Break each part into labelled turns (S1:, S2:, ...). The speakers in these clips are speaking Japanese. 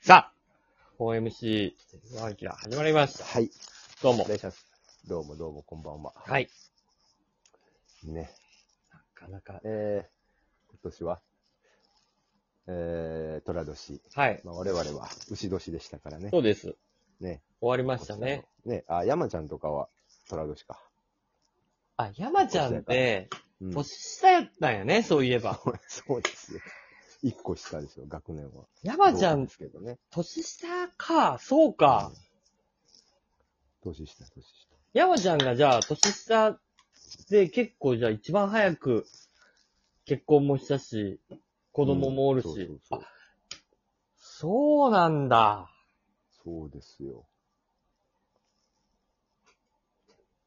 S1: さあ !OMC、ワンキラ始まりました。
S2: はい。
S1: どうも
S2: お。願いします。どうもどうも、こんばんは。
S1: はい。
S2: ね。
S1: なかなか。
S2: えー、今年は、えー、虎年。
S1: はい。
S2: まあ、我々は牛年でしたからね。
S1: そうです。
S2: ね。
S1: 終わりましたね。
S2: ね。あ、山ちゃんとかは虎年か。
S1: あ、山ちゃんって、
S2: うん
S1: 年下やったんやね、そういえば。
S2: そうですよ。一個下ですよ、学年は。
S1: 山ちゃ
S2: 同期
S1: ん
S2: で、すけどね。
S1: 年下か、そうか
S2: うん。年下、年下。
S1: 山ちゃんがじゃあ、年下で結構じゃあ一番早く結婚もしたし、子供もおるし。
S2: うんそうそうそう
S1: あ、そうなんだ。
S2: そうですよ。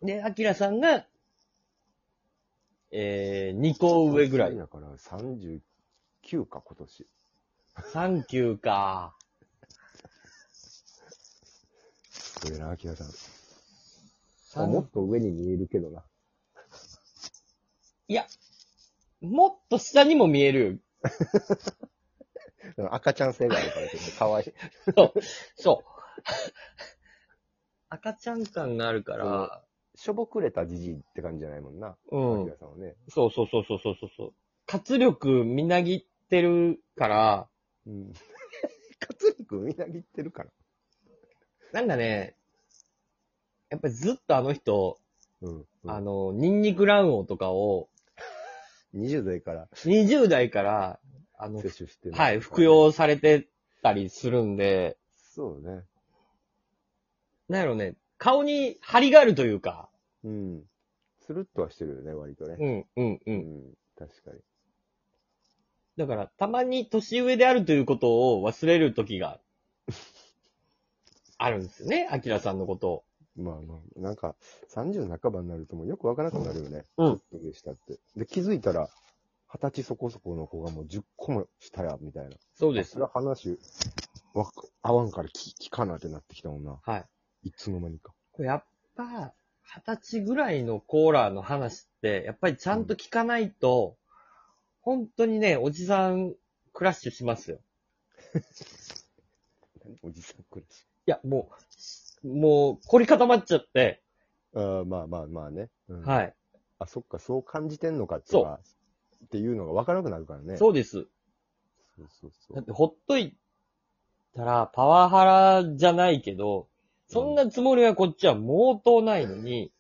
S1: で、アキラさんが、えー、2個上ぐらい。
S2: だから39か、今年。
S1: サンキューか。
S2: それな、アキラさん。あもっと上に見えるけどな。
S1: もっと下にも見える。
S2: 赤ちゃん性があるから、ちょっと可愛い。
S1: そう。 赤ちゃん感があるから、
S2: しょぼくれたじじいって感じじゃないもんな。
S1: う
S2: うん。
S1: ん。
S2: さんはね。
S1: そうそうそうそうそうそう。活力みなぎってるから、
S2: うん。 活力みなぎってるから。
S1: なんかね、やっぱりずっとあの人、
S2: うん。
S1: あの、ニンニク卵黄とかを、
S2: 20代から
S1: 20代から、あの、
S2: 摂取してる
S1: はい、服。用されてたりするんで、
S2: そうね。
S1: なんやろね、顔に張りがあるというか、
S2: うん。スルッとはしてるよね、割と
S1: う
S2: ね。
S1: ん、うん、う。
S2: うん確かに。
S1: だから、たまに年上であるということを忘れる時 が、あるんですよね、アキラさんのことを。
S2: まあまあ、なんか、30半ばになるともうよくわからなくなるよね。
S1: うん
S2: ちょっとでしたって。で、気づいたら、二十歳そこそこの子がもう10個も下や、みたいな。
S1: そうで
S2: そ
S1: す。
S2: れは話、わか、合わんから聞聞かなってなってきたもんな。
S1: はい。
S2: いつの間にか。
S1: これやっぱ、二十歳ぐらいのコーラの話って、やっぱりちゃんと聞かないと、本当にね、おじさんクラッシュしますよ。
S2: おじさんくらし。
S1: いや、もう、もう、凝り固まっちゃって、
S2: ああ、まあまあまあね。うん
S1: はい。
S2: あ、そっか、そう感じてんのかとか、っていうのが分からなくなるからね。う。
S1: そうです。
S2: そうそうそ
S1: だっ
S2: う。
S1: てほっといたら、パワハラじゃないけど、そんなつもりはこっちは毛頭ないのに、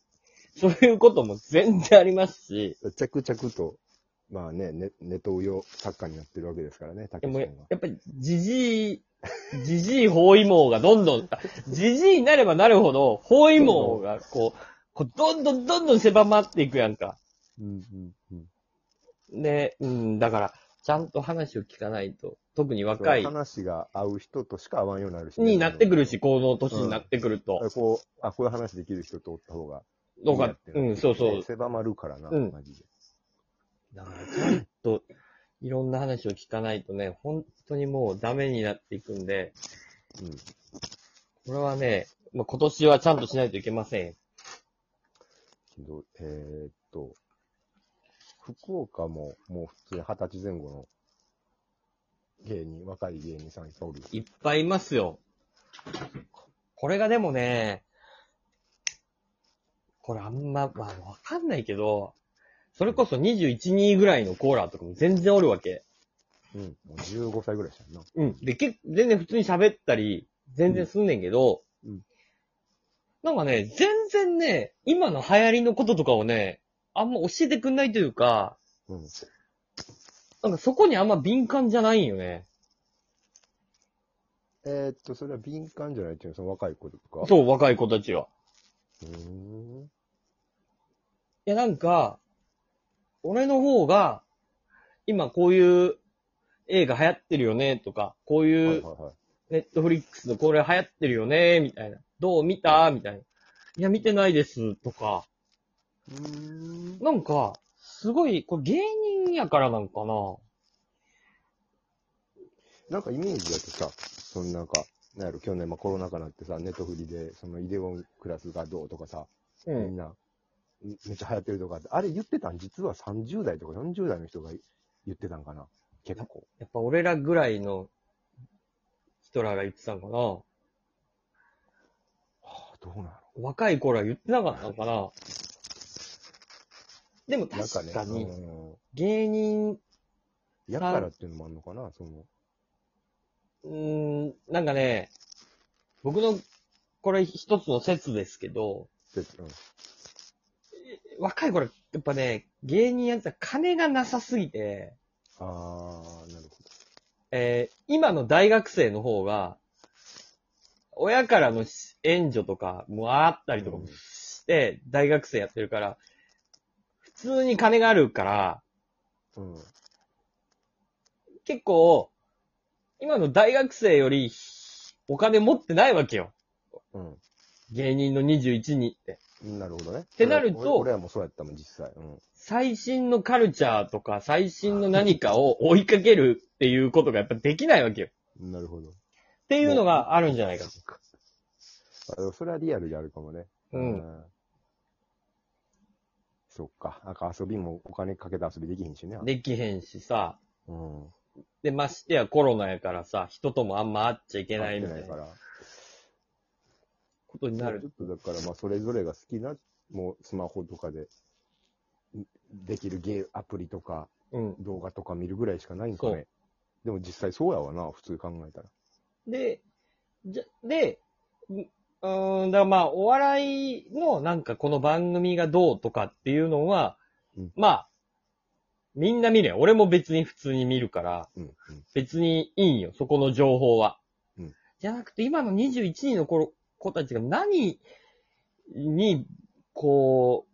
S1: そういうことも全然ありますし、
S2: 着々と、まあね、ね、ネトウヨ作家になってるわけですからね、
S1: で
S2: 竹内
S1: も
S2: さ
S1: や
S2: んは。
S1: っぱり、じじい、じじい包囲網がどんどん、じじいになればなるほど、包囲網がこう、こうどんどんどんどん狭まっていくやんか。
S2: うんうんうん。
S1: ね、うん、だから、ちゃんと話を聞かないと、特に若い
S2: そう、話が合う人としか合わんようになるしね、
S1: になってくるし、この年になってくると
S2: あ。こう、あ、こういう話できる人とおった方がいい
S1: ど
S2: や
S1: うか
S2: ってなってき、て。
S1: うん、そうそう。
S2: 狭まるからな、
S1: うん
S2: マジで。
S1: だからちゃんといろんな話を聞かないとね、本当にもうダメになっていくんで、
S2: うん。
S1: これはね、まあ、今年はちゃんとしないといけませんよ。
S2: けど、えーっと、福岡ももう普通に二十歳前後の芸人、若い芸人さんいっぱいおる。
S1: いっぱいいますよ。これがでもね、これあんま、まあわかんないけど、それこそ21、人ぐらいのコーラとかも全然おるわけ。
S2: うん。もう15歳ぐらいしたんな。
S1: うん。で、結構全然普通に喋ったり、全然すんねんけど、
S2: うんうん
S1: なんかね、全然ね、今の流行りのこととかをね、あんま教えてくんないというか、
S2: うん。
S1: なんかそこにあんま敏感じゃないんよね。
S2: えーっと、それは敏感じゃないっていうのはその若い子とか。
S1: そう、若い子たちは。
S2: うーん。
S1: いや、なんか、俺の方が、今こういう映画流行ってるよね、とか、こう
S2: はいはいいうはい。
S1: ネットフリックスのこれ流行ってるよね、みたいな。どう見たみたいな。いや、見てないです、とか。
S2: うーん。
S1: なんか、すごい、これ芸人やからなんかな。
S2: なんかイメージだとさ、そのなんか、なんやろ、去年まあコロナ禍になってさ、ネットフリで、そのイデオンクラスがどうとかさ、
S1: う
S2: みん。な、めっちゃ流行ってるとかって、あれ言ってたん実は30代とか40代の人が言ってたんかな結構。
S1: やっぱ俺らぐらいの人らが言ってたんかな
S2: はあ、どうなの
S1: 若い頃は言ってなかったのかなでも
S2: なんか
S1: 確
S2: ね
S1: か、に、
S2: うん
S1: 芸人、
S2: やからっていうのもあるのかな、その、
S1: うーん、なんかね、僕の、これ一つの説ですけど、
S2: でうん、
S1: 若い頃、やっぱね、芸人やってたら金がなさすぎて、
S2: あー、なるほ
S1: えー今の大学生の方が、親からのし援助とかもあったりとかもして、大学生やってるから、普通に金があるから、
S2: ど。うん。
S1: 結構、今の大学生よりお金持ってないわけよ。芸人の21にって。
S2: うん。なるほどね。って
S1: なると
S2: 俺俺らもそうやったもん、実際。うん。
S1: 最新のカルチャーとか最新の何かを追いかけるっていうことがやっぱできないわけよ。っ
S2: なるほど。ってて
S1: いうのがあるんじゃないかと。
S2: それはリアルであるかもね。
S1: うん
S2: ん。そっか。なんか遊びもお金かけて遊びできひんしね。
S1: できへんしさ。
S2: うん。い
S1: で、ましてやコロナやからさ、人ともあんま会っちゃいけないみたいな
S2: から。
S1: ことになる。
S2: ちょっとだから、まあ、それぞれが好きな、もうスマホとかで、んできるゲーアプリとか、
S1: うん。
S2: 動画とか見るぐらいしかないんか
S1: そ
S2: ね。でも実際そうやわな、普通考えたら。
S1: で、じゃ、で、ううーん、だからまあ、お笑いのなんかこの番組がどうとかっていうのは、
S2: うん
S1: まあ、みんな見るよ。俺も別に普通に見るから、
S2: うん、
S1: 別にいいんよ、そこの情報は。
S2: うん
S1: じゃなくて、今の21人の頃子たちが何に、こ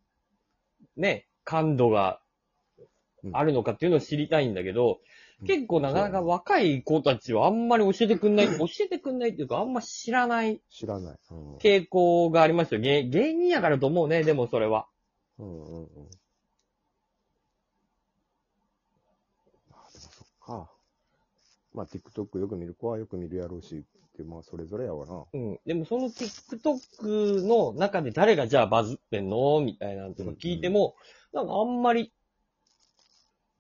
S1: う、ね、感度があるのかっていうのを知りたいんだけど、
S2: うん
S1: 結構なかなか若い子たちはあんまり教えてくんない、教えてくんないっていうか、あんま知らない
S2: 知らない。うん。
S1: 傾向がありますよ。芸芸人やからと思うね、でもそれは。
S2: うんうんうん。まあ、でもそっか。まあ、TikTok よく見る子はよく見るやろうし、でまあ、それぞれやわな。
S1: うん。でもその TikTok の中で誰がじゃあバズってんのみたいなのとか聞いても、なんかあんまり、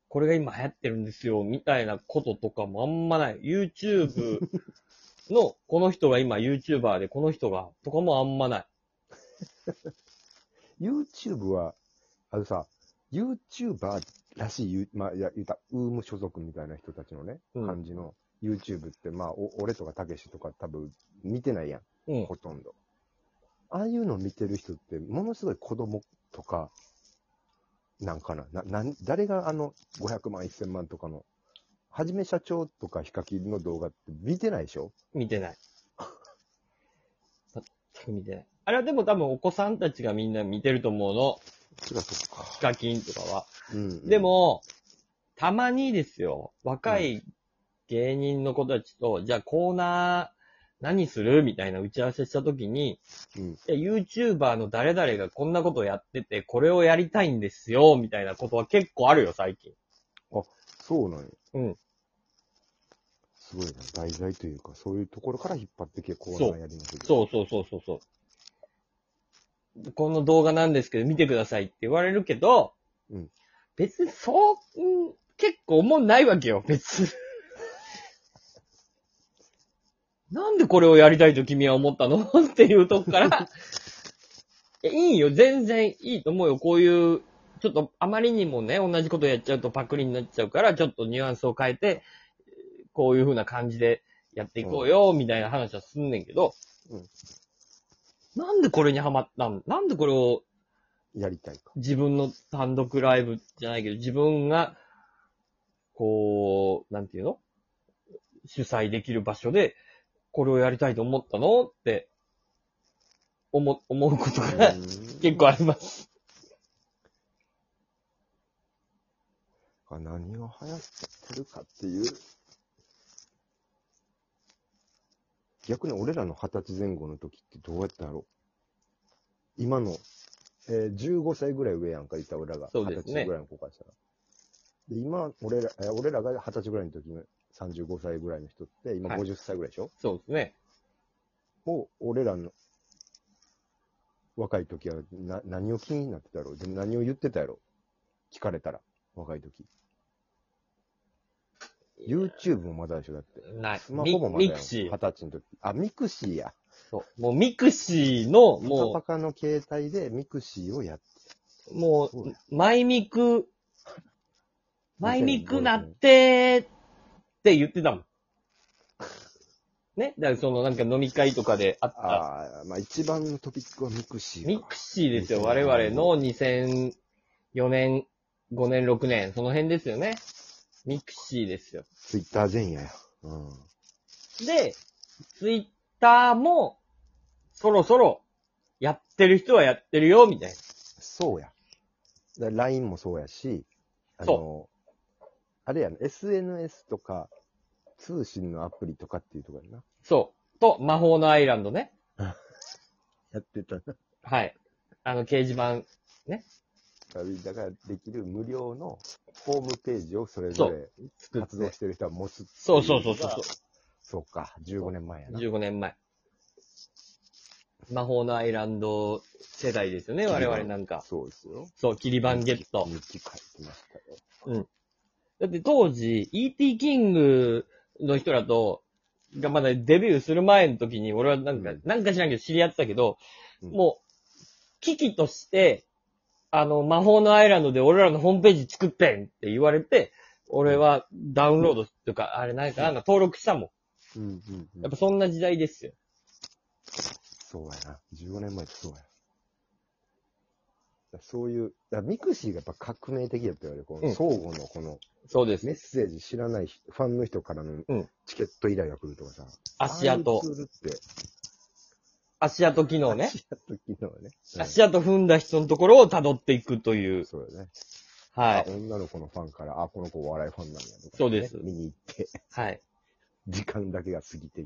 S1: これが今流行ってるんですよ、みたいなこととかもあんまない。YouTube の、この人が今 YouTuber で、この人が、とかもあんまない。
S2: YouTube は、あのさ、YouTuber らしい、ゆまあ、いや、言うた、ウーム所属みたいな人たちのね、
S1: うん
S2: 感じの YouTube って、まあ、お俺とかたけしとか多分見てないやん。
S1: うん。
S2: ほとんど。ああいうの見てる人って、ものすごい子供とか、なんかな。な、なん、誰があの、500万、1000万とかの、はじめ社長とかヒカキンの動画って見てないでしょ
S1: 見てない。全く見てない。あれはでも多分お子さんたちがみんな見てると思うの。
S2: そりゃそっか。
S1: ヒカキンとかは。
S2: うん
S1: で、も、たまにですよ、若い芸人の子たちと、じゃあコーナー何するみたいな打ち合わせしたときに、
S2: うん。
S1: いや YouTuber の誰々がこんなことやってて、これをやりたいんですよ、みたいなことは結構あるよ、最近。
S2: そうなんや。
S1: うん。
S2: すごいな。題材というか、そういうところから引っ張ってけ、コーナーやりますう。
S1: そうそうそうそうそう。この動画なんですけど、見てくださいって言われるけど、
S2: うん
S1: 別にそう、うん結構思んないわけよ、別に。なんでこれをやりたいと君は思ったの っていうとこから、いやいいよ、全然いいと思うよ、こういう、ちょっとあまりにもね、同じことやっちゃうとパクリになっちゃうから、ちょっとニュアンスを変えて、こういう風な感じでやっていこうよ、みたいな話はすんねんけど、なんでこれにハマったんなんでこれを
S2: やりたいか。
S1: 自分の単独ライブじゃないけど、自分が、こう、なんていうの主催できる場所で、これをやりたいと思ったのって、思、思うことが 結
S2: 結
S1: 構あります。
S2: 構。何が流行ってるかっていう。逆に俺らの二十歳前後の時ってどうやったやろう今の、えー、15歳ぐらい上やんか、いた俺らが。
S1: そうですね
S2: 20歳ぐらいの子からしたら。で今、俺ら、えー俺らが二十歳ぐらいの時の35歳ぐらいの人って、今
S1: はい
S2: 50歳ぐらいでしょ、
S1: そうですね。
S2: もう、俺らの若い時はな何を気になってたやろでも何を言ってたやろ聞かれたら、若い時。 YouTube もまだでしょ、だって。
S1: ない。
S2: スマホもまだ
S1: ミ
S2: よ。
S1: ミクシ
S2: 二
S1: ー。
S2: 十歳の時。あ、ミクシーや。
S1: そうもうミクシーの、
S2: もう。パ
S1: も
S2: カの携帯でミクシーをやって。
S1: う、も
S2: そうだよ
S1: う、マイミ ク、マイミクなってーって言ってたもん。ねだからそのなんか飲み会とかであった。
S2: ああ、まあ一番のトピックはミクシー
S1: ミ
S2: か。
S1: クシーですよ。我々の2004年、5年、6年、その辺ですよね。ミクシーですよ。
S2: ツイッター前夜や。うん。
S1: で、ツイッターも、そろそろ、やってる人はやってるよ、みたいな。
S2: そうや。だ LINE もそうやし、あの
S1: そ、
S2: あれやね、SNS とか、通信のアプリとかっていうところやな。
S1: そう。と、魔法のアイランドね。
S2: やってたな。
S1: はい。あの、掲示板。
S2: だからできる無料のホームページをそれぞれ
S1: 作って
S2: 活動してる人は持つってい
S1: そうそうそうそう
S2: のがそうか、15年前やな。
S1: 15年前。魔法のアイランド世代ですよね、我々なんか。
S2: そうですよ。
S1: そう、キリバンゲット。
S2: 日記書いてましたよ。
S1: だって当時、E.T. キングの人らと、がまだデビューする前の時に、俺はなんか、
S2: うん
S1: なんか知らんけど知り合ってたけど、
S2: うん
S1: もう、危機として、あの、魔法のアイランドで俺らのホームページ作ってんって言われて、俺はダウンロードとか、あれなんかな、登録したも
S2: うんうん、うん
S1: ん。やっぱそんな時代ですよ。
S2: そうやな。15年前ってそうや。だからそういう、だからミクシーがやっぱ革命的だって言われる。こ
S1: う
S2: の
S1: ん
S2: 相互のこの
S1: そうです
S2: メッセージ知らない人ファンの人からの
S1: うん
S2: チケット依頼が来るとかさ。
S1: 足跡
S2: ああい。うツールって、
S1: 足跡機能ね。
S2: 足跡機能ね。うん
S1: 足跡踏んだ人のところを辿っていくという。
S2: そうよね。
S1: は
S2: あ
S1: い。
S2: 女の子のファンから、あ、この子お笑いファンなんやとかね、
S1: そうです
S2: 見に行って、
S1: はい。
S2: 時間だけが過ぎていく。